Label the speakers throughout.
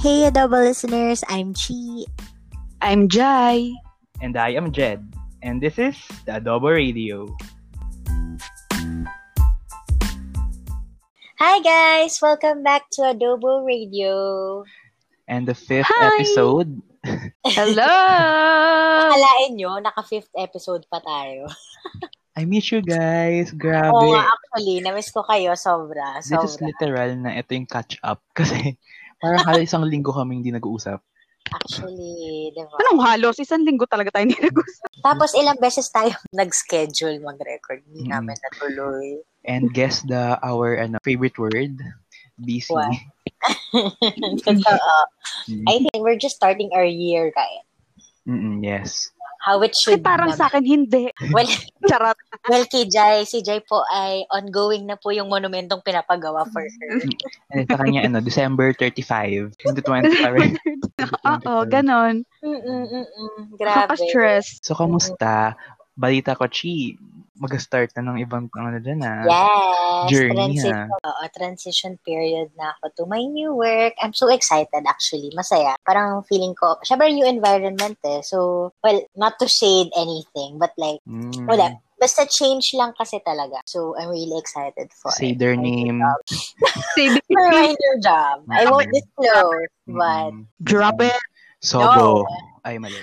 Speaker 1: Hey, Adobo listeners, I'm Chi.
Speaker 2: I'm Jai.
Speaker 3: And I am Jed. And this is the Adobo Radio.
Speaker 1: Hi, guys! Welcome back to Adobo Radio.
Speaker 3: And the fifth
Speaker 2: Hi!
Speaker 3: episode.
Speaker 2: Hello!
Speaker 1: Alain nyo, naka-fifth episode pa tayo.
Speaker 3: I miss you guys. Grabe.
Speaker 1: Oo nga, actually, namiss ko kayo sobra.
Speaker 3: This is
Speaker 1: Sobra.
Speaker 3: literal na ito yung catch up. Kasi parang halos isang linggo kami hindi nag-uusap.
Speaker 1: Actually, di ba?
Speaker 2: Anong halos? Isang linggo talaga tayo hindi nag
Speaker 1: Tapos ilang beses tayo nag-schedule mag-record. Hindi
Speaker 3: Mm.
Speaker 1: namin natuloy.
Speaker 3: And guess the our ano, favorite word? Busy.
Speaker 1: What? Totoo.
Speaker 3: Mm,
Speaker 1: I think we're just starting our year, right?
Speaker 3: mm, yes.
Speaker 1: How it
Speaker 2: Kasi
Speaker 1: should
Speaker 2: parang
Speaker 1: be.
Speaker 2: sa akin, hindi.
Speaker 1: Well,
Speaker 2: Charot.
Speaker 1: well, kay Jai, si Jai po ay ongoing na po yung monumentong pinapagawa for her.
Speaker 3: And sa kanya, ano, December 35, 2020 pa rin.
Speaker 2: Oo, Ah, ganon.
Speaker 1: Mm-mm-mm. Grabe.
Speaker 2: Nakaka-stress.
Speaker 3: So, kamusta? Balita ko, Chi, mag-start na ng ibang ano dyan, ah.
Speaker 1: Yes.
Speaker 3: Journey,
Speaker 1: transi-
Speaker 3: ah.
Speaker 1: oo, transition period na ako to my new work. I'm so excited actually. Masaya. Parang feeling ko, syempre new environment eh. So, well, not to shade anything, but like,
Speaker 3: Mm.
Speaker 1: wala. Basta change lang kasi talaga. So, I'm really excited for
Speaker 3: Say
Speaker 1: it.
Speaker 3: their
Speaker 1: My new
Speaker 3: name.
Speaker 1: job.
Speaker 2: Saving
Speaker 1: For my new job. I won't
Speaker 3: Okay.
Speaker 1: disclose, but
Speaker 3: Mm.
Speaker 2: Drop it.
Speaker 3: Sobo. Ay, mali.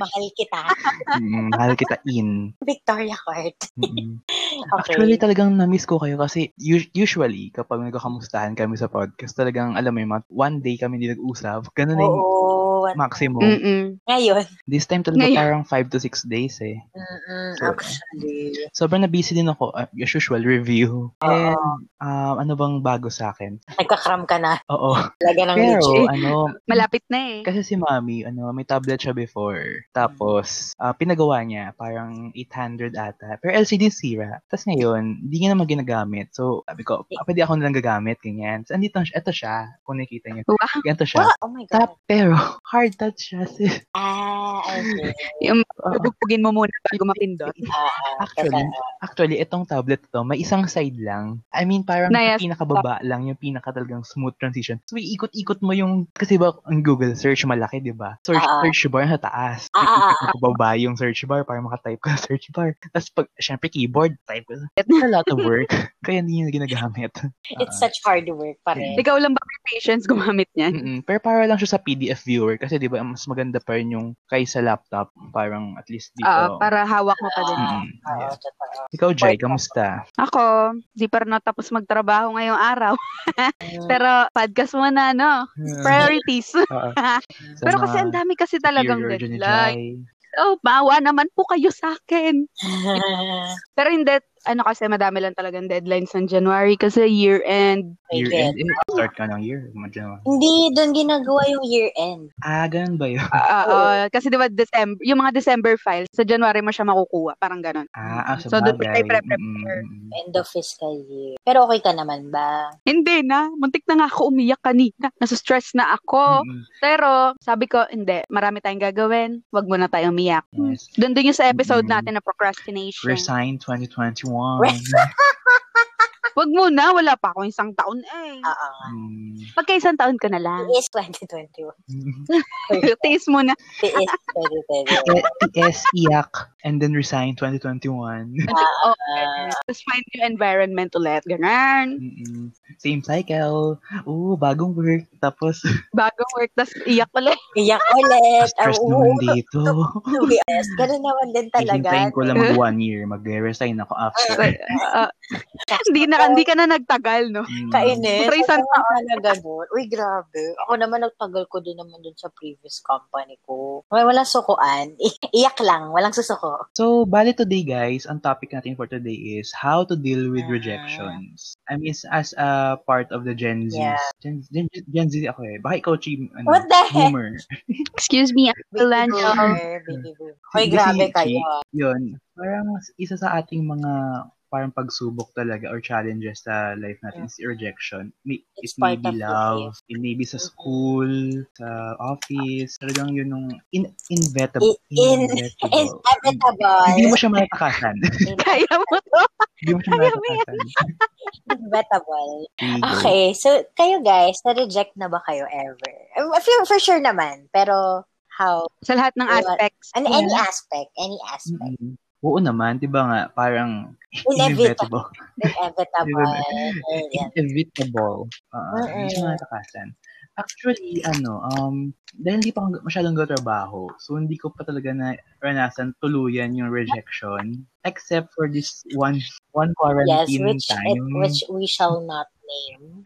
Speaker 1: mahal kita.
Speaker 3: Mm, mahal kita in.
Speaker 1: Victoria Court.
Speaker 3: Mm.
Speaker 1: Okay.
Speaker 3: Actually, talagang na-miss ko kayo kasi us- usually, kapag nagkakamustahan kami sa podcast, talagang, alam mo yung mga- one day kami hindi nag-usap. Ganun na yung
Speaker 1: Oo.
Speaker 3: maximum.
Speaker 2: Mm-mm.
Speaker 1: Ngayon.
Speaker 3: This time
Speaker 2: Mm.
Speaker 3: talaga
Speaker 2: Ngayon.
Speaker 3: parang five to six days eh.
Speaker 1: Mm-mm,
Speaker 3: So,
Speaker 1: actually.
Speaker 3: Sobrang na-busy din ako, uh, as usual, review. And,
Speaker 1: Oo.
Speaker 3: um, ano bang bago sa akin?
Speaker 1: Nagkakram ka na.
Speaker 3: Oo.
Speaker 1: Talaga ng
Speaker 3: Pero,
Speaker 1: legit.
Speaker 3: ano,
Speaker 2: Malapit na eh.
Speaker 3: Kasi si Mami, ano, may tablet siya before.
Speaker 2: Mm.
Speaker 3: Tapos, ah, pinagawa niya, parang 800 ata. Pero LCD sira. Tapos ngayon, hindi niya naman ginagamit. So, sabi ko,
Speaker 2: Eh.
Speaker 3: ah, pwede ako nalang gagamit, ganyan. So, andito, na siya. ito siya, kung nakikita niyo.
Speaker 2: Wow.
Speaker 3: Ganito siya.
Speaker 1: Wa- Oh my God.
Speaker 3: Tap, pero, hard touch siya. sis.
Speaker 1: Ah, okay.
Speaker 2: Yung
Speaker 3: Oo.
Speaker 2: bubugin mo muna bago mapindot.
Speaker 1: Ah, ah,
Speaker 3: Actually, uh-uh.
Speaker 1: totoo.
Speaker 3: actually, itong tablet to, may isang side lang. I mean, parang
Speaker 2: Nayas-
Speaker 3: yung pinakababa lang, yung pinaka talagang smooth transition. So, iikot-ikot mo yung, kasi ba, ang Google search malaki, di ba? Search,
Speaker 1: Ah, ah.
Speaker 3: search bar sa taas.
Speaker 1: Ah, ah, ah,
Speaker 3: Iikot mo pababa yung search bar para makatype ka sa search bar. Tapos, pag, syempre, keyboard, type ko. It's a lot of work. Kaya hindi niya ginagamit.
Speaker 1: It's such hard work pa rin.
Speaker 2: Ikaw lang ba may patience gumamit niyan?
Speaker 3: Mm-mm. Pero para lang siya sa PDF viewer kasi 'di ba mas maganda pa rin yung kaysa laptop, parang at least dito.
Speaker 2: Oo, para hawak mo pa din.
Speaker 1: Ah,
Speaker 3: Mm-mm.
Speaker 1: oo,
Speaker 3: Yes.
Speaker 1: totoo.
Speaker 3: Ikaw, Jai, kamusta?
Speaker 2: Ako, di pa rin tapos magtrabaho ngayong araw. Pero podcast mo na, no?
Speaker 3: Mm.
Speaker 2: Priorities.
Speaker 3: Oo. Sa
Speaker 2: Pero
Speaker 3: mga
Speaker 2: kasi ang dami kasi talagang
Speaker 3: superior dyan ni
Speaker 2: red
Speaker 3: Jai.
Speaker 2: flag. Oh, maawa naman po kayo sa akin. Pero hindi, ano kasi madami lang talagang deadlines ng January kasi year end.
Speaker 3: Year
Speaker 1: Okay.
Speaker 3: end. Eh, start ka ng year. Madyan.
Speaker 1: Hindi, doon ginagawa yung year-end.
Speaker 3: Ah, ganun ba yun?
Speaker 2: Ah, ah, kasi di ba December, yung mga December files, sa January mo siya makukuha. Parang ganon.
Speaker 3: Ah, ah sa
Speaker 2: So, doon
Speaker 3: bagay.
Speaker 2: tayo
Speaker 3: Mm-hmm.
Speaker 2: prepare.
Speaker 3: Mm-mm.
Speaker 1: End of fiscal year. Pero okay ka naman ba?
Speaker 2: Hindi na. Muntik na nga ako umiyak kanina. Nasa-stress na ako.
Speaker 3: Mm-mm.
Speaker 2: Pero sabi ko, hindi. Marami tayong gagawin. Huwag muna tayo umiyak.
Speaker 3: Yes.
Speaker 2: Doon din yung sa episode
Speaker 3: Mm-mm.
Speaker 2: natin na procrastination.
Speaker 3: Resign 2021.
Speaker 2: Huwag muna. Wala pa ako isang taon eh.
Speaker 1: Oo nga.
Speaker 3: Mm.
Speaker 2: Pagka isang taon ka na lang.
Speaker 1: It is 2021.
Speaker 3: Mm-hmm.
Speaker 2: Taste mo na.
Speaker 1: It is 2021.
Speaker 3: Eh, PS, iyak, and then resign 2021.
Speaker 2: Oh, Tapos find new environment ulit. Ganun.
Speaker 3: Mm-mm. Mm-hmm. Same cycle. Oo, bagong work. Tapos,
Speaker 2: Bagong work, tapos iyak ulit.
Speaker 1: Iyak ulit.
Speaker 3: stress
Speaker 1: ah, Oo,
Speaker 3: naman dito.
Speaker 1: to be honest, Ganun naman din talaga.
Speaker 3: Hihintayin ko lang mag one year. Mag-resign ako after.
Speaker 2: Ah, hindi na hindi ka na nagtagal, no?
Speaker 3: Mm.
Speaker 1: Kainis.
Speaker 2: Pero
Speaker 1: Ako
Speaker 2: isang-
Speaker 1: nga na ganun. Uy, grabe. Ako naman, nagtagal ko din naman dun sa previous company ko. May walang sukuan. Iyak lang. Walang susuko.
Speaker 3: So, bali today guys, ang topic natin for today is how to deal with
Speaker 1: Mm-hmm.
Speaker 3: rejections. I mean, as a part of the Gen Z.
Speaker 1: Yeah.
Speaker 3: Gen, Gen, Gen Z ako eh. Baka ikaw, Chim, ano,
Speaker 1: What the heck?
Speaker 3: boomer.
Speaker 2: Excuse me,
Speaker 1: Baby
Speaker 2: Millennial.
Speaker 1: boomer, baby boomer. Uy,
Speaker 3: Hindi
Speaker 1: grabe
Speaker 3: si-
Speaker 1: kayo.
Speaker 3: Yun. Parang isa sa ating mga parang pagsubok talaga or challenges sa life natin is rejection. May, it
Speaker 1: It's
Speaker 3: may
Speaker 1: part of
Speaker 3: be
Speaker 1: Mm-hmm.
Speaker 3: love, it may be sa school, sa office, talagang yun yung in, inevitable.
Speaker 1: I- in-
Speaker 3: inevitable. Hindi
Speaker 1: Inevitable.
Speaker 3: mo siya matatakasan.
Speaker 2: Kaya mo to.
Speaker 3: Hindi mo siya
Speaker 1: Ano
Speaker 2: Ayaw mo yan.
Speaker 3: matatakasan.
Speaker 1: Inevitable.
Speaker 3: There you go.
Speaker 1: Okay, so kayo guys, na-reject na ba kayo ever? I feel for sure naman. Pero how,
Speaker 2: Sa lahat ng
Speaker 1: Wala.
Speaker 2: aspects.
Speaker 1: an,
Speaker 2: Yeah.
Speaker 1: any aspect, any aspect.
Speaker 3: Mm-mm. Oo naman, di ba nga, parang
Speaker 1: Inevitable.
Speaker 3: Mm-hmm. inevitable.
Speaker 1: Inevitable. Ayan.
Speaker 3: Inevitable. Oo,
Speaker 1: Mm-mm.
Speaker 3: hindi siya matakasan. Actually, ano, um, dahil hindi pa ako masyadong trabaho, so hindi ko pa talaga na ranasan tuluyan yung rejection. Except for this one one
Speaker 1: Yes,
Speaker 3: quarantine
Speaker 1: which, it,
Speaker 3: time.
Speaker 1: which we shall not name.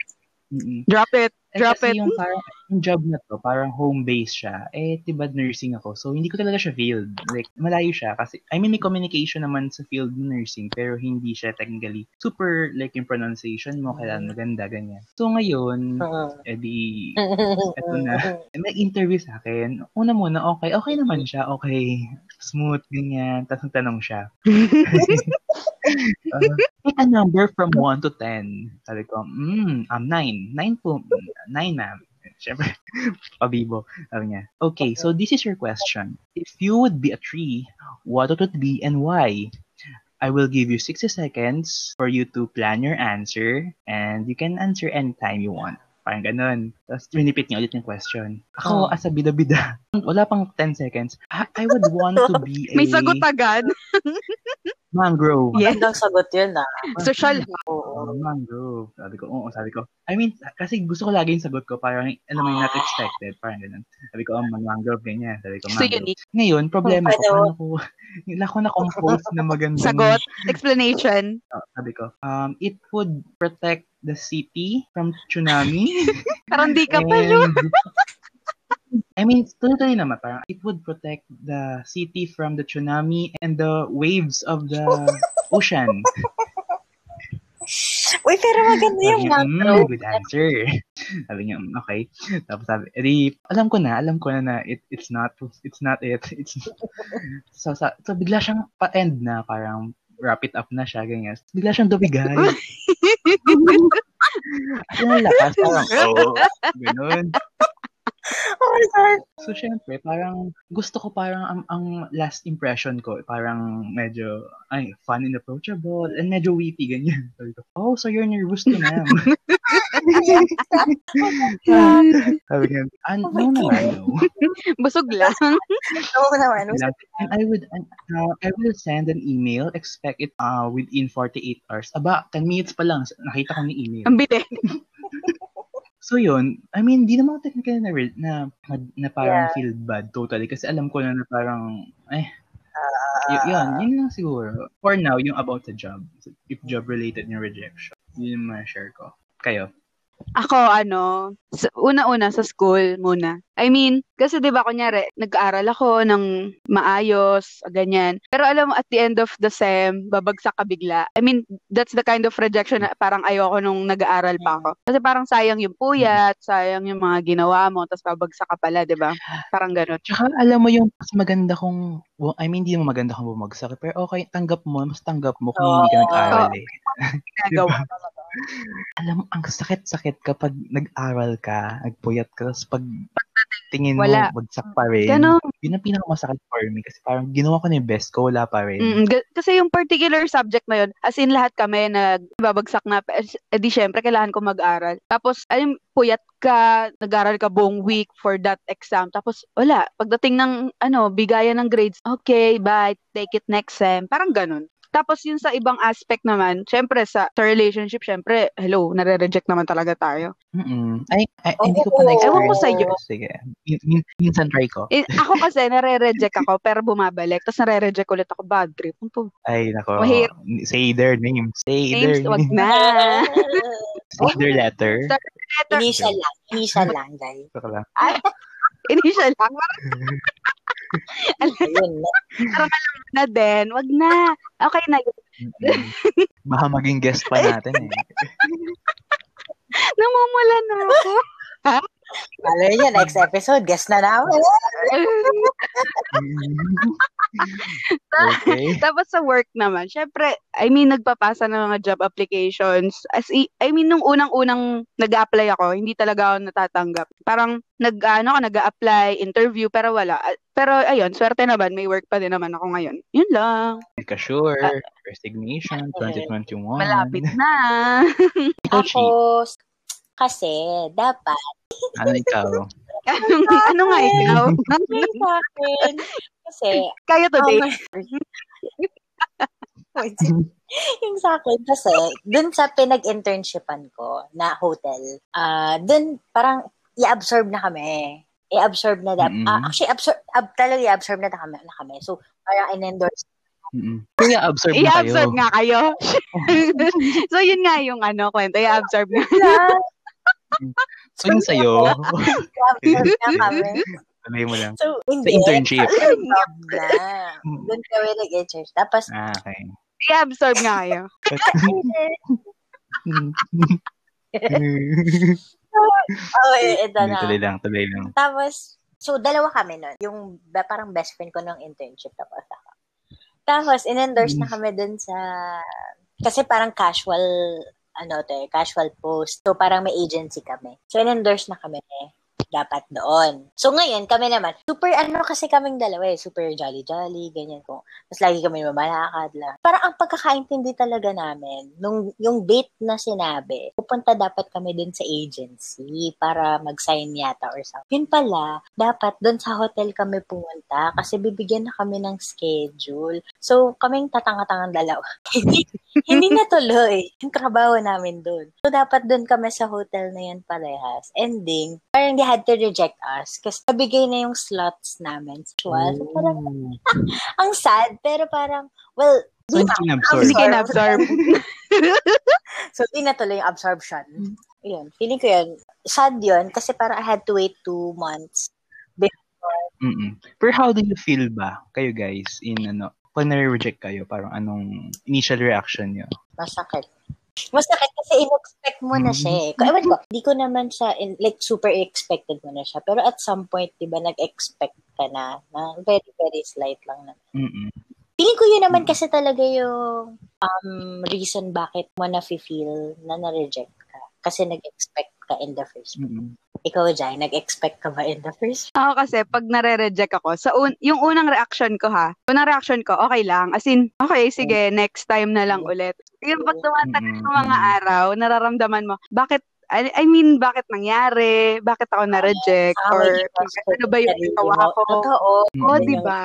Speaker 3: Mm-mm.
Speaker 2: Drop it.
Speaker 3: Eh,
Speaker 2: Drop
Speaker 3: kasi
Speaker 2: it.
Speaker 3: yung parang yung job na to, parang home-based siya. Eh, diba nursing ako? So, hindi ko talaga siya field. Like, malayo siya. Kasi, I mean, may communication naman sa field ng nursing, pero hindi siya technically super, like, yung pronunciation mo, kailangan maganda, ganyan. So, ngayon,
Speaker 1: Mm.
Speaker 3: edi, eto na. eh, may interview sa akin. Una muna, okay. Okay naman siya. Okay. Smooth, ganyan. Tapos, nagtanong siya. Uh, pick a number from 1 to 10. Sabi ko, mm, um, 9. 9 po. 9, ma'am. Siyempre, pabibo. Sabi niya. Okay, so this is your question. If you would be a tree, what would it be and why? I will give you 60 seconds for you to plan your answer and you can answer anytime you want. Parang ganun. Tapos, rinipit niya ulit yung question. Ako,
Speaker 1: Oh.
Speaker 3: as a bida-bida, wala pang 10 seconds. I, I would want to be a
Speaker 2: May sagot agad.
Speaker 3: mangrove.
Speaker 2: Yes.
Speaker 1: Ang sagot yun ah.
Speaker 2: Social.
Speaker 1: Oo.
Speaker 3: Oo, mangrove. Sabi ko, oo, sabi ko. I mean, kasi gusto ko lagi yung sagot ko, parang, alam mo yung not expected, parang ganun. Sabi ko, oh, mag- mangrove, ganyan. Sabi ko,
Speaker 2: So
Speaker 3: mangrove.
Speaker 2: unique.
Speaker 3: Ngayon, problema ko,
Speaker 1: Ano?
Speaker 3: paano ko, wala ko na-compose na magandang
Speaker 2: Sagot. Explanation.
Speaker 3: Oh, sabi ko, um, it would protect the city from tsunami.
Speaker 2: Pero hindi ka pa yun.
Speaker 3: And- I mean, tuloy-tuloy naman, parang, it would protect the city from the tsunami and the waves of the ocean.
Speaker 1: Uy, pero maganda
Speaker 3: Sabi
Speaker 1: yung
Speaker 3: niya,
Speaker 1: mangrove.
Speaker 3: mm, good answer. Sabi niya, mm, okay. Tapos sabi, edi, alam ko na, alam ko na na, it, it's not, it's not it. It's so, sa, so, bigla siyang pa-end na, parang, wrap it up na siya, ganyan. Bigla siyang dumigay. At yung lakas, parang, oh, ganun.
Speaker 1: Oh my God.
Speaker 3: So, syempre, parang, gusto ko parang, ang, ang last impression ko, parang medyo, ay, fun and approachable, and medyo witty, ganyan. Sabi ko, oh, so you're nervous na, ma'am. Sabi niya, "Ah,
Speaker 1: Oh
Speaker 3: no
Speaker 1: my
Speaker 3: naman, no.
Speaker 2: Busog lang.
Speaker 1: Oo naman.
Speaker 3: Sabi niya, And I would, uh, I will send an email, expect it uh, within 48 hours. Aba, 10 minutes pa lang, nakita ko ng email.
Speaker 2: Ang bitin.
Speaker 3: So yun, I mean, di naman ako technically na, re- na, na, na parang
Speaker 1: Yeah.
Speaker 3: feel bad totally kasi alam ko na na parang, eh,
Speaker 2: Ah.
Speaker 3: y- yun, yun lang siguro. For now, yung about the job. If job-related yung rejection. Yun yung mga share ko. Kayo.
Speaker 2: Ako, ano, sa- una-una sa school muna. I mean, kasi 'di ba kunyari, nag-aaral ako ng maayos, ganyan. Pero alam mo at the end of the sem, babagsak ka bigla. I mean, that's the kind of rejection na parang ayoko nung nag-aaral pa ako. Kasi parang sayang yung puyat, sayang yung mga ginawa mo, tapos babagsak ka pala, 'di ba? Parang ganun.
Speaker 3: Tsaka alam mo yung mas maganda kung, well, I mean, di naman maganda kung bumagsak. Pero okay, tanggap mo, mas tanggap mo kung hindi ka nag-aral eh.
Speaker 2: Ginagawa.
Speaker 3: Alam mo, ang sakit-sakit kapag nag-aral ka, nagpuyat ka, tapos pag tingin
Speaker 2: Wala.
Speaker 3: mo, bagsak pa rin.
Speaker 2: Ganun.
Speaker 3: Yun ang pinakamasakit for me kasi parang ginawa ko na yung best ko, wala pa rin.
Speaker 2: Mm, ga- kasi yung particular subject na yun, as in lahat kami nagbabagsak na, eh, s- eh, di syempre, kailangan ko mag-aral. Tapos, ayun, puyat ka, nag-aral ka buong week for that exam. Tapos, wala. Pagdating ng, ano, bigayan ng grades, okay, bye, take it next sem. Parang ganun. Tapos yun sa ibang aspect naman, syempre sa, sa relationship, syempre, hello, nare-reject naman talaga tayo.
Speaker 3: Mm-mm. Ay, ay,
Speaker 1: Oo.
Speaker 3: hindi ko pa na-experience.
Speaker 2: Ewan ko sa'yo.
Speaker 3: pero Sige. Min- min- minsan try ko.
Speaker 2: Eh, ako kasi, nare-reject ako, pero bumabalik. Tapos nare-reject ulit ako, bad trip. Ang pag-
Speaker 3: Ay, nako.
Speaker 2: Mahirap.
Speaker 3: Say their name. Say
Speaker 2: Names,
Speaker 3: their
Speaker 2: wag
Speaker 3: name.
Speaker 2: na.
Speaker 3: Say their letter.
Speaker 2: Start Letter.
Speaker 1: Initial lang. Initial lang, guys.
Speaker 3: Saka lang.
Speaker 2: Initial lang.
Speaker 1: Ayun.
Speaker 2: na din. Wag na. Okay na yun.
Speaker 3: Mm-mm. Baka maging guest pa natin eh.
Speaker 2: Namumula na ako.
Speaker 1: Alam niyo, next episode, guess na namin.
Speaker 3: okay.
Speaker 2: Tapos sa work naman, syempre, I mean, nagpapasa ng mga job applications. As i- I mean, nung unang-unang nag-apply ako, hindi talaga ako natatanggap. Parang nag ano ako, nag-apply, interview, pero wala. Ah, Pero ayun, swerte naman, may work pa din naman ako ngayon. Yun lang.
Speaker 3: Hindi ka sure. Resignation. 2021.
Speaker 2: Malapit na.
Speaker 3: Ikaw, Chi.
Speaker 1: Ako, kasi, dapat,
Speaker 3: Ano ikaw?
Speaker 2: Anong, ano nga ikaw?
Speaker 4: May sa akin. Kasi,
Speaker 2: Kaya to,
Speaker 1: Oh,
Speaker 4: um,
Speaker 2: babe.
Speaker 1: yung sa akin kasi, dun sa pinag-internshipan ko na hotel, ah dun parang i-absorb na kami. I-absorb na. dap-
Speaker 3: Mm-mm.
Speaker 1: ah, actually, absorb, ab, talaga i-absorb na, na, kami, na kami. So, parang in-endorse.
Speaker 3: Mm-mm. Kaya absorb na kayo.
Speaker 2: I-absorb nga kayo. so, yun nga yung ano, kwento. I-absorb nga.
Speaker 3: So yun sa'yo,
Speaker 1: I-absorb na kami.
Speaker 3: sabihin mo lang.
Speaker 1: So, hindi.
Speaker 3: internship.
Speaker 1: Absorb na. Doon kami nag-internship. Tapos,
Speaker 3: Ah, okay.
Speaker 2: I-absorb nga kayo.
Speaker 1: oh, ito
Speaker 3: Hindi,
Speaker 1: na.
Speaker 3: tuloy lang, tuloy lang.
Speaker 1: Tapos, so dalawa kami nun. Yung ba, parang best friend ko nung internship tapos ako. Tapos, in-endorse na kami dun sa... Kasi parang casual, ano to eh, casual post. So, parang may agency kami. So, in-endorse na kami dapat doon. So, ngayon, kami naman, super ano kasi kaming dalawa eh, super jolly-jolly, ganyan ko. Tapos, lagi kami mamalakad lang. Parang ang pagkakaintindi talaga namin, nung yung date na sinabi, pupunta dapat kami dun sa agency para mag-sign yata or something. Yun pala, dapat dun sa hotel kami pumunta kasi bibigyan na kami ng schedule. So, kaming tatanga-tangang dalawa. hindi, hindi natuloy yung trabaho namin dun. So, dapat dun kami sa hotel na yun parehas. Ending, parang they had to reject us kasi nabigay na yung slots namin. So, parang, ang sad, pero parang, well,
Speaker 3: So,
Speaker 1: di
Speaker 3: hindi
Speaker 1: ba?
Speaker 3: kinabsorb.
Speaker 2: Hindi kayo na-absorb.
Speaker 1: So, di natuloy yung absorption. Yun. Feeling ko yun. Sad yun kasi parang I had to wait two months.
Speaker 3: Mm-mm. Pero how do you feel ba kayo guys in ano, pag nare-reject kayo, parang anong initial reaction nyo?
Speaker 1: Masakit. Masakit kasi in-expect mo na siya eh. Ko- Ewan ko, di ko naman siya, in, like, super expected mo na siya. Pero at some point, di ba, nag-expect ka na, na very, very slight lang na.
Speaker 3: Mm-mm.
Speaker 1: Feeling ko yun naman kasi talaga yung um, reason bakit mo na-feel na na-reject ka. Kasi nag-expect ka in the first place.
Speaker 3: Mm-mm.
Speaker 1: Ikaw, Jai, nag-expect ka ba in the first
Speaker 2: Ako kasi, pag nare-reject ako, sa un- yung unang reaction ko ha, unang reaction ko, okay lang. As in, okay, sige, next time na lang ulit. Yung pag tumatagal
Speaker 3: Mm-mm.
Speaker 2: ng mga araw, nararamdaman mo, bakit, I I mean, bakit nangyari? Bakit ako na-reject?
Speaker 1: Ah,
Speaker 2: Or,
Speaker 1: may iwas
Speaker 2: bakit-
Speaker 1: ko
Speaker 2: ano ba yung
Speaker 1: sarili
Speaker 2: ginawa
Speaker 1: mo.
Speaker 2: ko?
Speaker 1: Totoo.
Speaker 2: O,
Speaker 3: Mm-mm.
Speaker 1: Oh, di-
Speaker 2: di ba?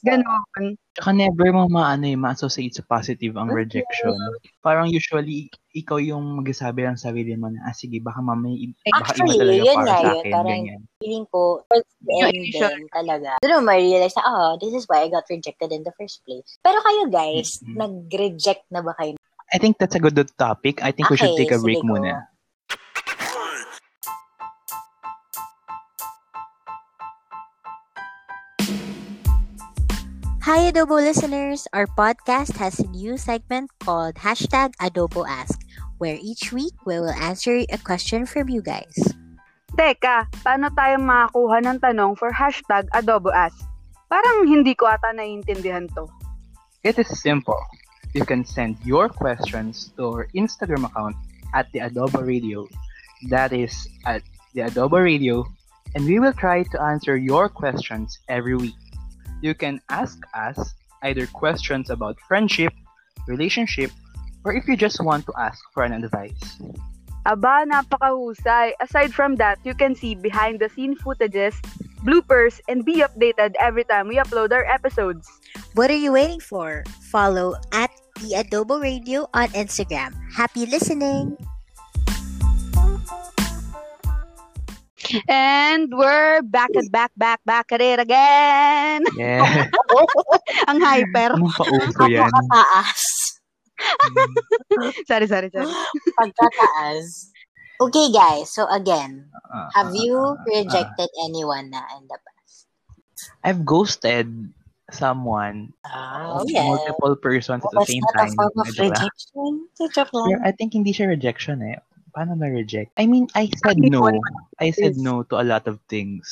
Speaker 2: Ganon.
Speaker 3: Tsaka never mo maano eh, ma-associate sa positive ang rejection. Parang usually, ikaw yung magsasabi lang sa sarili mo na, ah sige, baka mamaya, i- baka iba
Speaker 1: Actually,
Speaker 3: talaga
Speaker 1: yun
Speaker 3: para
Speaker 1: nga
Speaker 3: sa
Speaker 1: yun,
Speaker 3: akin.
Speaker 1: parang-
Speaker 3: ganyan.
Speaker 1: Feeling ko, towards the
Speaker 2: Yung
Speaker 1: end
Speaker 2: initial-
Speaker 1: din talaga. Doon mo ma-realize na, oh, this is why I got rejected in the first place. Pero kayo guys,
Speaker 3: Mhm.
Speaker 1: nag-reject na ba kayo?
Speaker 3: I think that's a good topic. I think we should
Speaker 1: Okay,
Speaker 3: take a break
Speaker 1: sige, go.
Speaker 3: muna.
Speaker 1: Hi Adobo listeners! Our podcast has a new segment called hashtag Adobo Ask where each week we will answer a question from you guys.
Speaker 2: Teka, paano tayo makakuha ng tanong for hashtag adobo ask? Parang hindi ko ata naiintindihan to.
Speaker 3: It is simple. You can send your questions to our Instagram account at the Adobo Radio. That is at the Adobo Radio, and we will try to answer your questions every week. You can ask us either questions about friendship, relationship, or if you just want to ask for an advice.
Speaker 2: Aba, napakahusay. Aside from that, you can see behind the scene footages, bloopers, and be updated every time we upload our episodes.
Speaker 5: What are you waiting for? Follow at the Adobo Radio on Instagram. Happy listening!
Speaker 2: And we're back and back, back, back at it again.
Speaker 3: Yeah.
Speaker 2: Ang hyper.
Speaker 3: Anong pauso yan?
Speaker 1: Pagkataas.
Speaker 3: Mm,
Speaker 2: Sorry, sorry, sorry.
Speaker 1: Pagkataas. Okay guys, so again,
Speaker 3: Ah,
Speaker 1: have
Speaker 3: ah,
Speaker 1: you
Speaker 3: ah, ah.
Speaker 1: rejected anyone na in the past?
Speaker 3: I've ghosted someone uh,
Speaker 1: Oh,
Speaker 3: multiple persons at the
Speaker 1: Was
Speaker 3: same
Speaker 1: that a
Speaker 3: time.
Speaker 1: form of
Speaker 3: di ba?
Speaker 1: rejection? Joke lang.
Speaker 3: Pero I think hindi siya rejection eh. Paano ba reject? I mean, I said
Speaker 2: Hindi ko
Speaker 3: no. I said
Speaker 2: is.
Speaker 3: no to a lot of things.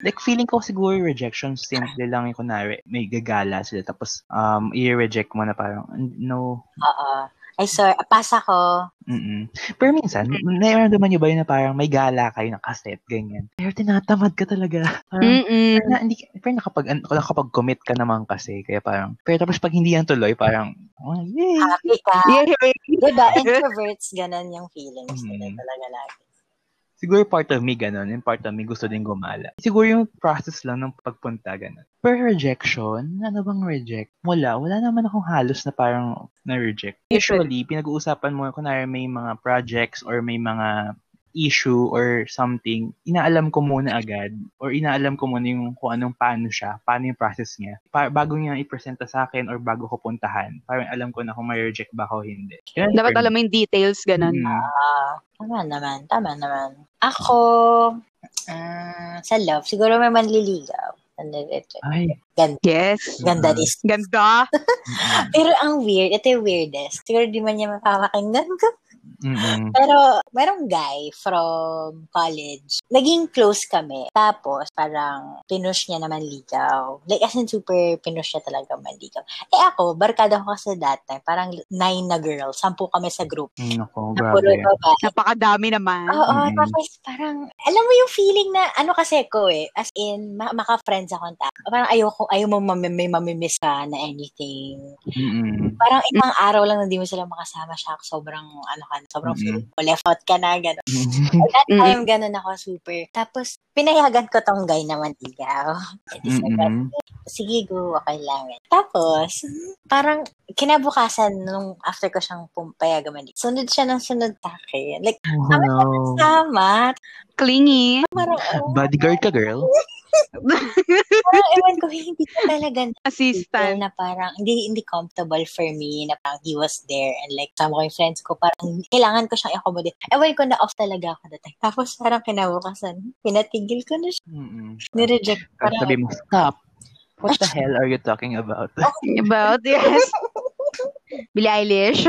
Speaker 3: Like, feeling ko siguro rejection, simple lang yung kunwari, may gagala sila, tapos um, i-reject mo na parang, no,
Speaker 1: Oo. Ay, ah, sir, pasa ko.
Speaker 3: mm Pero minsan, nairamdaman nyo ba yun na parang may gala kayo ng kaset, ganyan. Pero tinatamad ka talaga. Parang,
Speaker 2: Mm-mm.
Speaker 3: na, hindi, ka- pero nakapag, an- nakapag-commit ka naman kasi, kaya parang, pero tapos pag hindi yan tuloy, parang, oh, yay!
Speaker 1: Happy ka.
Speaker 2: Yay!
Speaker 1: Diba, introverts, ganun yung feelings nila
Speaker 3: Mm.
Speaker 1: talaga lagi.
Speaker 3: Siguro part of me ganun, and part of me gusto din gumala. Siguro yung process lang ng pagpunta ganun. Per rejection, ano bang reject? Wala. Wala naman akong halos na parang na-reject. Usually, pinag-uusapan mo, kunwari may mga projects or may mga issue or something, inaalam ko muna agad or inaalam ko muna yung kung anong paano siya, paano yung process niya. Pa- bago niya ipresenta sa akin or bago ko puntahan, parang alam ko na kung may reject ba ako o hindi. Ganun
Speaker 2: Dapat
Speaker 3: for me.
Speaker 2: alam mo yung details, ganun.
Speaker 3: Mm.
Speaker 1: Ah, tama naman, tama naman. Ako, ah, sa love, siguro may manliligaw. Nandito.
Speaker 3: Ay,
Speaker 1: Ganda,
Speaker 2: Yes.
Speaker 1: ganda this.
Speaker 2: Ganda.
Speaker 3: mm-mm,
Speaker 1: Pero ang weird, ito yung weirdest. Siguro di man niya mapapakinggan ko.
Speaker 3: mm-mm.
Speaker 1: Pero merong guy from college. Naging close kami. Tapos parang pinush niya naman ligaw. Like as in super pinush niya talaga manligaw. Eh ako, barkada ko kasi that time. Parang nine na girl. Sampu kami sa group.
Speaker 3: Nako,
Speaker 1: Na puro
Speaker 3: grabe.
Speaker 1: babae.
Speaker 2: Napakadami naman.
Speaker 1: Oo,
Speaker 3: Mm-mm.
Speaker 1: tapos parang, alam mo yung feeling na, ano kasi ko eh, as in, ma- maka-friends akong tao. Parang ayoko, ayaw mo mami- may mamimiss ka na anything.
Speaker 3: Mm-mm.
Speaker 1: Parang ibang araw lang na hindi mo sila makasama siya, sobrang, ano ka, sobrang
Speaker 3: Mm-mm.
Speaker 1: feeling mo, left out ka na, gano'n. At that
Speaker 2: Mm-mm.
Speaker 1: time, ganun ako, super. Tapos, pinayagan ko tong guy na manligaw. Eh, di sabi ko,
Speaker 3: Mm-mm.
Speaker 1: Sige, go, okay lang. yan." Tapos, parang kinabukasan nung after ko siyang pumpayagan manligaw, sunod siya ng sunod sa akin. Like,
Speaker 3: Oh, no.
Speaker 1: sama,
Speaker 2: Clingy.
Speaker 1: parang, oh,
Speaker 3: Bodyguard ka, girl?
Speaker 1: parang ewan ko, hindi ko talaga feel
Speaker 2: Assistant.
Speaker 1: na parang, hindi, hindi comfortable for me na parang he was there and like some ko yung friends ko, parang kailangan ko siyang accommodate. Ewan ko na off talaga ako dati. Tapos parang kinabukasan, pinatigil ko na siya,
Speaker 3: Mm-mm.
Speaker 1: nireject.
Speaker 3: Tapos
Speaker 1: Parang,
Speaker 3: sabi mo, stop. What the hell are you talking about?
Speaker 2: About, yes. Billie Eilish.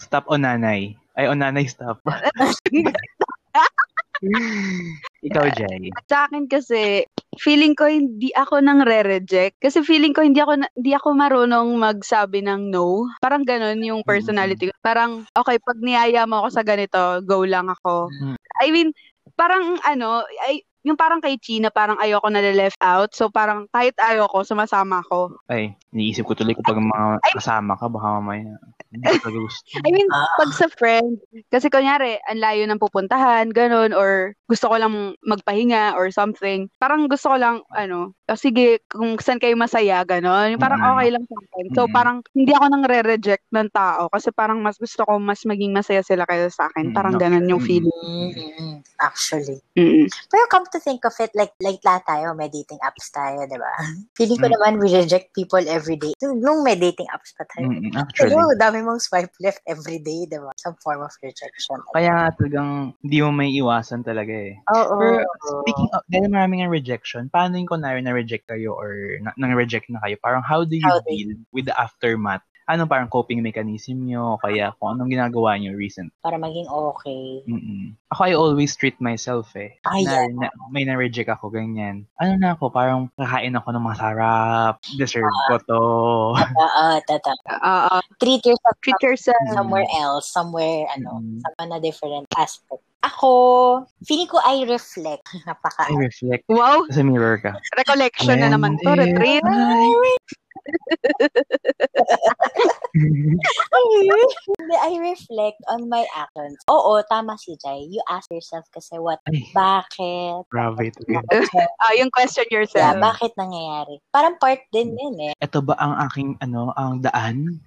Speaker 3: Stop o nanay. Ay, o nanay, stop. Ikaw, Jay.
Speaker 2: Sa akin kasi, feeling ko hindi ako nang re-reject. Kasi feeling ko hindi ako, na- hindi ako marunong magsabi ng no. Parang ganun yung personality ko. Parang, okay, pag niyaya mo ako sa ganito, go lang ako.
Speaker 3: Mm.
Speaker 2: I mean, parang ano, ay, yung parang kay China, parang ayoko na left out. So parang kahit ayoko, sumasama ako.
Speaker 3: Ay, iniisip ko tuloy kapag mga kasama ka, baka mamaya. Hindi ko talaga gusto.
Speaker 2: I mean,
Speaker 3: Ah.
Speaker 2: pag sa friend, kasi kunyari, ang layo ng pupuntahan, ganun, or gusto ko lang magpahinga or something. Parang gusto ko lang, ano, oh, sige, kung saan kayo masaya, ganun. Yung Parang
Speaker 3: Mm.
Speaker 2: okay lang sa akin. So,
Speaker 3: Mm.
Speaker 2: parang hindi ako nang re-reject ng tao kasi parang mas gusto ko mas maging masaya sila kaysa sa akin.
Speaker 3: Mm,
Speaker 2: Parang
Speaker 3: okay.
Speaker 2: ganun yung
Speaker 3: Mm.
Speaker 2: feeling.
Speaker 1: mm, actually.
Speaker 2: Mm.
Speaker 1: Pero come to think of it, like, like lahat tayo, may dating apps tayo, di ba? Feeling ko
Speaker 3: Mm.
Speaker 1: naman, we reject people every day. Nung may dating apps pa tayo.
Speaker 3: Mm-mm, Mm, actually.
Speaker 1: Pero dami mong swipe left every day, di ba? Some form of rejection.
Speaker 3: Kaya nga talagang hindi mo may iwasan talaga eh.
Speaker 1: Oo.
Speaker 3: Pero speaking of, dahil maraming ang rejection, paano yung kunwari na-reject kayo or na- nang-reject na kayo? Parang how do you
Speaker 1: How do
Speaker 3: deal with the aftermath? Ano parang coping mechanism nyo? O Kaya kung anong ginagawa nyo recent?
Speaker 1: para maging okay. Ah,
Speaker 3: Mm-mm. Ako, I always treat myself eh.
Speaker 1: Ay,
Speaker 3: na, na, may na-reject ako, ganyan. Ano na ako, parang kakain ako ng masarap. Deserve
Speaker 1: Ah.
Speaker 3: ko to.
Speaker 1: Oo, tata.
Speaker 2: Ah, ah,
Speaker 1: Treat yourself
Speaker 2: treat yourself.
Speaker 1: somewhere else, somewhere, ano,
Speaker 3: Mm.
Speaker 1: some na different aspect. Ako, feeling ko I reflect. Napaka,
Speaker 3: I reflect.
Speaker 2: Wow,
Speaker 3: Sa mirror ka.
Speaker 2: recollection na
Speaker 3: When
Speaker 2: naman to,
Speaker 3: did
Speaker 2: retreat.
Speaker 3: I-
Speaker 1: Hindi, I reflect on my actions. Oo, tama si Jai. You ask yourself kasi what,
Speaker 3: Ay,
Speaker 1: bakit?
Speaker 3: grabe. ito.
Speaker 2: Ah, yung question
Speaker 1: Yeah,
Speaker 2: yourself.
Speaker 1: bakit nangyayari? Parang part din yun eh.
Speaker 3: Ito ba ang aking, ano, ang daan?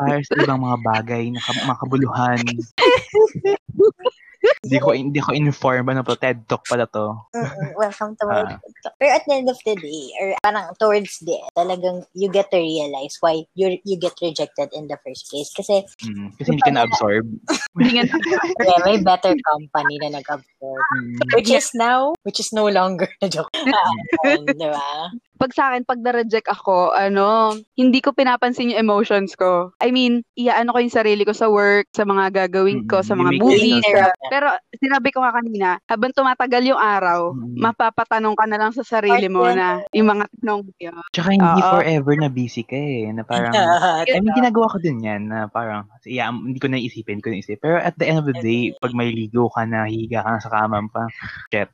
Speaker 3: Para sa ibang mga bagay na ka- makabuluhan. Hindi ko, hindi ko inform ba na pa TED Talk pala to.
Speaker 1: Mm-mm. Welcome to my
Speaker 3: Ah.
Speaker 1: TikTok. Pero at the end of the day, or parang towards the end, talagang you get to realize why you you get rejected in the first place. Kasi
Speaker 3: Mm, Kasi hindi ka na-absorb.
Speaker 2: Tingin-
Speaker 1: yeah, may better company na nag-absorb.
Speaker 3: Mm.
Speaker 1: Which is now, which is no longer na joke. Ah, um,
Speaker 3: Mm.
Speaker 1: di ba?
Speaker 2: pag sa akin, pag na-reject ako, ano, hindi ko pinapansin yung emotions ko. I mean, iaano ko yung sarili ko sa work, sa mga gagawin ko,
Speaker 3: Mm,
Speaker 2: sa
Speaker 3: you
Speaker 2: mga
Speaker 3: make
Speaker 2: movies.
Speaker 1: decisions.
Speaker 2: sa- Pero sinabi ko nga kanina, habang tumatagal yung araw,
Speaker 3: Mm.
Speaker 2: mapapatanong ka na lang sa sarili mo
Speaker 1: Part
Speaker 2: na yung mga tanong yun.
Speaker 3: Tsaka hindi
Speaker 2: Oo.
Speaker 3: forever na busy ka eh. Na parang, I mean, ginagawa ko din yan na parang, yeah, um, hindi ko naisipin, hindi ko naisip. Pero at the end of the day, pag may ligo ka na, higa ka na sa kama pa, shit.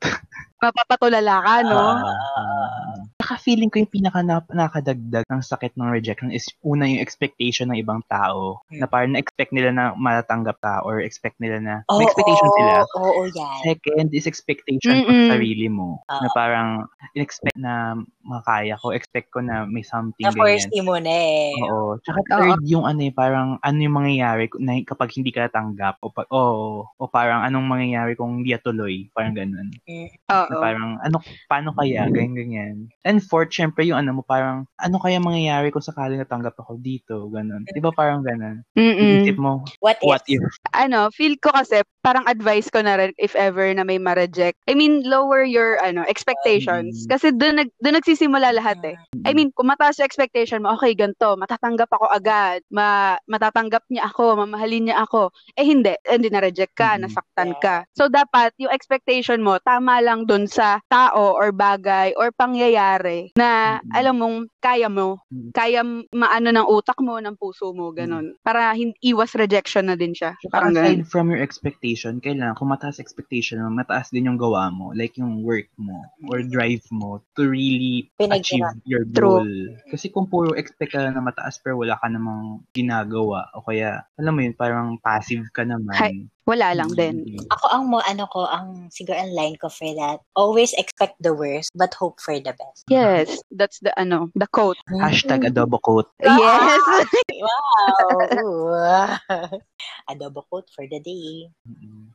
Speaker 2: mapapatulala ka, no?
Speaker 3: Ah. Saka feeling ko yung pinaka na- nakadagdag ng sakit ng rejection is una yung expectation ng ibang tao na parang na-expect nila na matatanggap ka or expect nila na may expectation sila.
Speaker 1: Oo, oo, yan.
Speaker 3: Second is expectation
Speaker 2: Mm-mm.
Speaker 3: sa sarili mo na parang in-expect na makaya ko, expect ko na may something ganyan.
Speaker 1: Na-foresee mo na eh.
Speaker 3: Oo. Tsaka third, yung ano eh, parang ano yung mangyayari kung- na, kapag hindi ka natanggap o, pa, o, o parang anong mangyayari kung hindi ka tuloy. Parang ganun.
Speaker 2: Oo.
Speaker 3: Na parang ano, paano kaya, ganyan, ganyan. And fourth, syempre yung ano mo, parang ano kaya mangyayari kung sakali natanggap ako dito, ganun. Di ba parang ganun?
Speaker 2: Mm-mm.
Speaker 3: Iisip mo,
Speaker 1: What,
Speaker 3: what
Speaker 1: if?
Speaker 3: if?
Speaker 2: ano, feel ko kasi parang advice ko na rin if ever na may ma-reject. I mean, lower your ano expectations
Speaker 3: Mm.
Speaker 2: kasi doon nag doon nagsisimula lahat eh.
Speaker 3: Hmm.
Speaker 2: I mean, kung mataas yung expectation mo, okay, ganito, matatanggap ako agad, ma matatanggap niya ako, mamahalin niya ako. Eh hindi, hindi na-reject ka,
Speaker 3: Mm.
Speaker 2: nasaktan ka. So dapat yung expectation mo tama lang doon sa tao or bagay or pangyayari na
Speaker 3: Mm.
Speaker 2: alam mong kaya mo,
Speaker 3: Mm.
Speaker 2: kaya m- maano ng utak mo, ng puso mo, ganun. Para hin- iwas rejection na din siya. Parang ganun.
Speaker 3: Aside from your expectation, kailangan kung mataas expectation mo, mataas din yung gawa mo, like yung work mo or drive mo to really
Speaker 1: Pinaghirap.
Speaker 3: achieve your
Speaker 2: True.
Speaker 3: goal. Kasi kung puro expect ka na mataas pero wala ka namang ginagawa o kaya, alam mo yun, parang passive ka naman.
Speaker 2: Hi. Wala lang din.
Speaker 3: Mm.
Speaker 1: Ako ang mo, ano ko, ang siguro ang line ko for that, always expect the worst, but hope for the best. Mm.
Speaker 2: Yes, that's the ano, the quote.
Speaker 3: Hashtag adobo coat.
Speaker 2: Yes.
Speaker 1: Wow! Adobo quote for the day.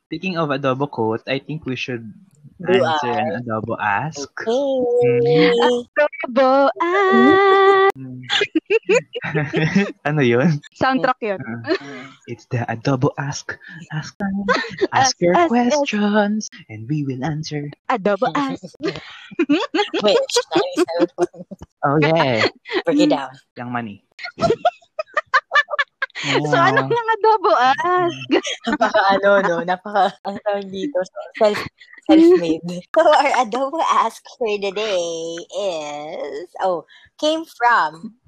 Speaker 3: Speaking of adobo coat, I think we should
Speaker 1: Do
Speaker 3: answer an adobo ask.
Speaker 1: Okay.
Speaker 2: Bo, ah.
Speaker 3: Mm. ano yun?
Speaker 2: Soundtrack 'yun.
Speaker 3: It's the adobo ask. Ask time. Ask your
Speaker 2: ask, ask.
Speaker 3: questions and we will answer.
Speaker 2: Adobo ass.
Speaker 1: Which, nice. I would
Speaker 3: Oh yeah.
Speaker 1: break it down.
Speaker 3: Yang money.
Speaker 2: So ano lang adobo ass?
Speaker 1: Napaka ano, no? Napaka, ang tawag dito, self, self-made. So, our adobo ask for the day is, oh, came from,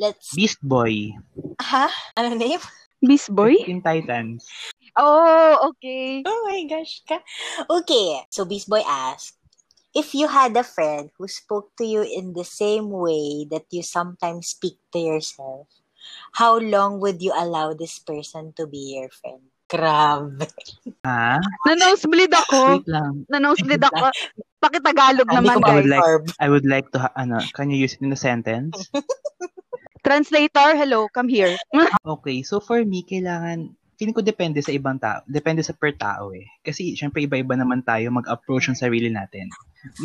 Speaker 1: let's,
Speaker 3: Beast Boy.
Speaker 1: ha? Ano name?
Speaker 2: Miss Boy?
Speaker 3: Teen Titans.
Speaker 2: Oh, okay.
Speaker 1: Oh my gosh ka. Okay, so Beast Boy asked, If you had a friend who spoke to you in the same way that you sometimes speak to yourself, how long would you allow this person to be your friend? Grabe.
Speaker 3: Ah,
Speaker 2: Na-nosebleed ako.
Speaker 3: wait lang.
Speaker 2: Na-nosebleed ako. Pakitagalog
Speaker 1: Hindi
Speaker 2: naman,
Speaker 1: ko
Speaker 3: guys.
Speaker 2: guys.
Speaker 3: like-
Speaker 1: ma-absorb.
Speaker 3: I would like to, ha- ano, can you use it in a sentence?
Speaker 2: Translator, hello, come here.
Speaker 3: Okay, so for me, kailangan, feeling ko depende sa ibang tao, depende sa per tao eh. Kasi syempre iba-iba naman tayo mag-approach ng sarili natin.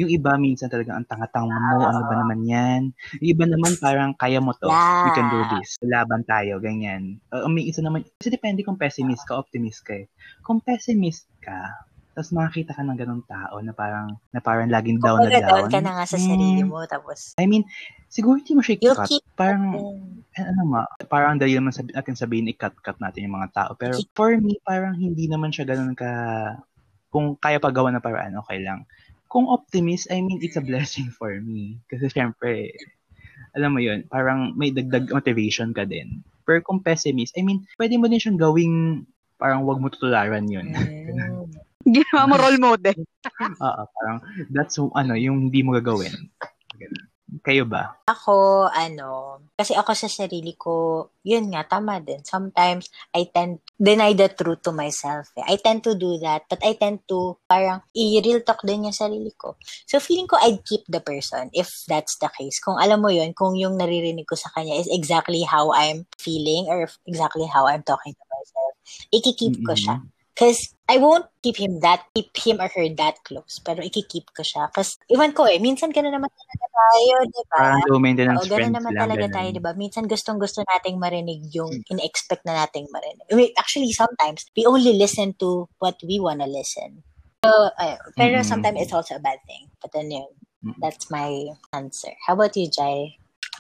Speaker 3: Yung iba minsan talaga ang tanga-tanga mo, ano ba naman yan? Yung iba naman parang kaya mo to, you can do this, laban tayo, ganyan. Uh, may isa naman, kasi depende kung pessimist ka, optimist ka eh. Kung pessimist ka, tapos makakita ka ng ganong tao na parang, na parang laging down na
Speaker 1: Kumbaga, down
Speaker 3: down.
Speaker 1: ka na nga sa sarili mo, tapos,
Speaker 3: I mean, siguro hindi mo siya
Speaker 1: You'll
Speaker 3: i-cut.
Speaker 1: keep-
Speaker 3: Parang, eh, ano ma, parang dahil naman sabi, natin sabihin, i-cut-cut natin yung mga tao. Pero for me, parang hindi naman siya ganun ka, kung kaya pa gawa na paraan, okay lang. Kung optimist, I mean, it's a blessing for me. Kasi syempre, alam mo yun, parang may dagdag motivation ka din. Pero kung pessimist, I mean, pwede mo din siyang gawing parang wag mo tutularan yun.
Speaker 1: Mm.
Speaker 2: Ginawa mo role model.
Speaker 3: Oo, parang that's ano, yung hindi mo gagawin. Kayo ba?
Speaker 1: Ako, ano, kasi ako sa sarili ko, yun nga, tama din. Sometimes, I tend deny the truth to myself. eh. I tend to do that, but I tend to parang i-real talk din yung sarili ko. So, feeling ko I'd keep the person if that's the case. Kung alam mo yun, kung yung naririnig ko sa kanya is exactly how I'm feeling or if exactly how I'm talking to myself, ikikeep ko siya. Because I won't keep him that, keep him or her that close. Pero ikikeep ko siya. Kasi, iwan ko eh, minsan gano'n naman talaga tayo, di ba?
Speaker 3: Parang low maintenance
Speaker 1: Oo,
Speaker 3: friends
Speaker 1: ganun naman
Speaker 3: lang. Hmm.
Speaker 1: talaga
Speaker 3: ganun.
Speaker 1: tayo, di ba? Minsan gustong-gusto nating marinig yung in-expect na nating marinig. I mean, actually, sometimes, we only listen to what we wanna listen. So, ayun. pero
Speaker 3: Mm.
Speaker 1: sometimes it's also a bad thing. But then yun,
Speaker 3: Mm.
Speaker 1: that's my answer. How about you, Jai?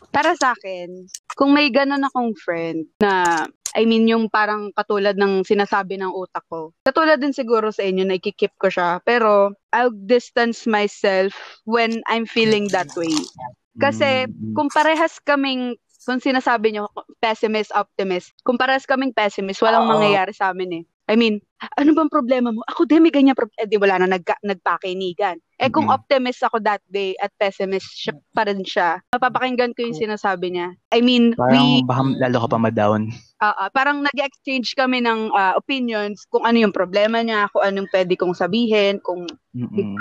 Speaker 2: Para sa akin, kung may ganun akong friend na, I mean, yung parang katulad ng sinasabi ng utak ko. Katulad din siguro sa inyo, na ikikip ko siya. Pero, I'll distance myself when I'm feeling that way. Kasi,
Speaker 3: Mm,
Speaker 2: Kung parehas kaming, kung sinasabi nyo, pessimist, optimist, kung parehas kaming pessimist, walang
Speaker 1: Oo.
Speaker 2: mangyayari sa amin eh. I mean, ano bang problema mo? Ako din, may ganyan problema. Eh, di wala na nag, nagpakinigan. Eh kung
Speaker 3: Mhm.
Speaker 2: optimist ako that day at pessimist siya, pa rin siya, mapapakinggan ko yung sinasabi niya. I mean, we,
Speaker 3: Parang baka lalo ka pa ma-down.
Speaker 2: ah, ah, parang nag-exchange kami ng ah, opinions kung ano yung problema niya, kung anong pwede kong sabihin, kung
Speaker 3: Mm-mm.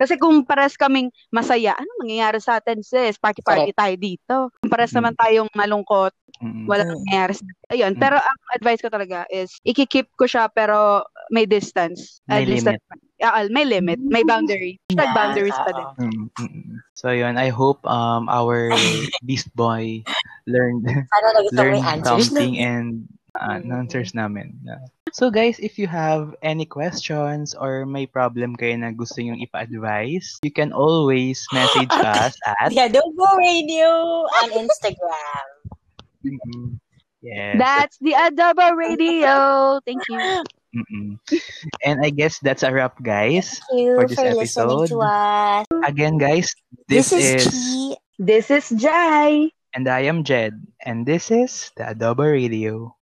Speaker 2: kasi kung pares kaming masaya, ano mangyayari sa atin, sis? Party-party tayo dito. Kung pares
Speaker 3: Mm.
Speaker 2: naman tayong malungkot,
Speaker 3: Mm-mm.
Speaker 2: wala
Speaker 1: Mm.
Speaker 2: mangyayari sa atin. Ayun,
Speaker 3: Mm.
Speaker 2: pero ang advice ko talaga is, ikikip ko siya pero may distance.
Speaker 3: May
Speaker 2: distance. Ah, may limit. May boundary. Hashtag boundaries pa din.
Speaker 3: Mm, mm. So yun, I hope um our beast boy learned
Speaker 1: Sana nagustuhan mo
Speaker 3: learned
Speaker 1: yung answers na.
Speaker 3: something and uh,
Speaker 1: Mm.
Speaker 3: answers namin. Yeah. So guys, if you have any questions or may problem kayo na gusto nyong ipa-advise, you can always message us at
Speaker 1: The Adobo Radio on Instagram.
Speaker 3: Mm, Yes.
Speaker 2: That's the Adobo Radio. Thank you.
Speaker 3: Mm-mm. And I guess that's a wrap, guys.
Speaker 1: Thank you for,
Speaker 3: For this
Speaker 1: listening to
Speaker 3: episode.
Speaker 1: us.
Speaker 3: Again, guys, this,
Speaker 5: is,
Speaker 3: is
Speaker 5: Chi.
Speaker 2: This is Jai.
Speaker 3: and I am Jed, and this is the Adobo Radio.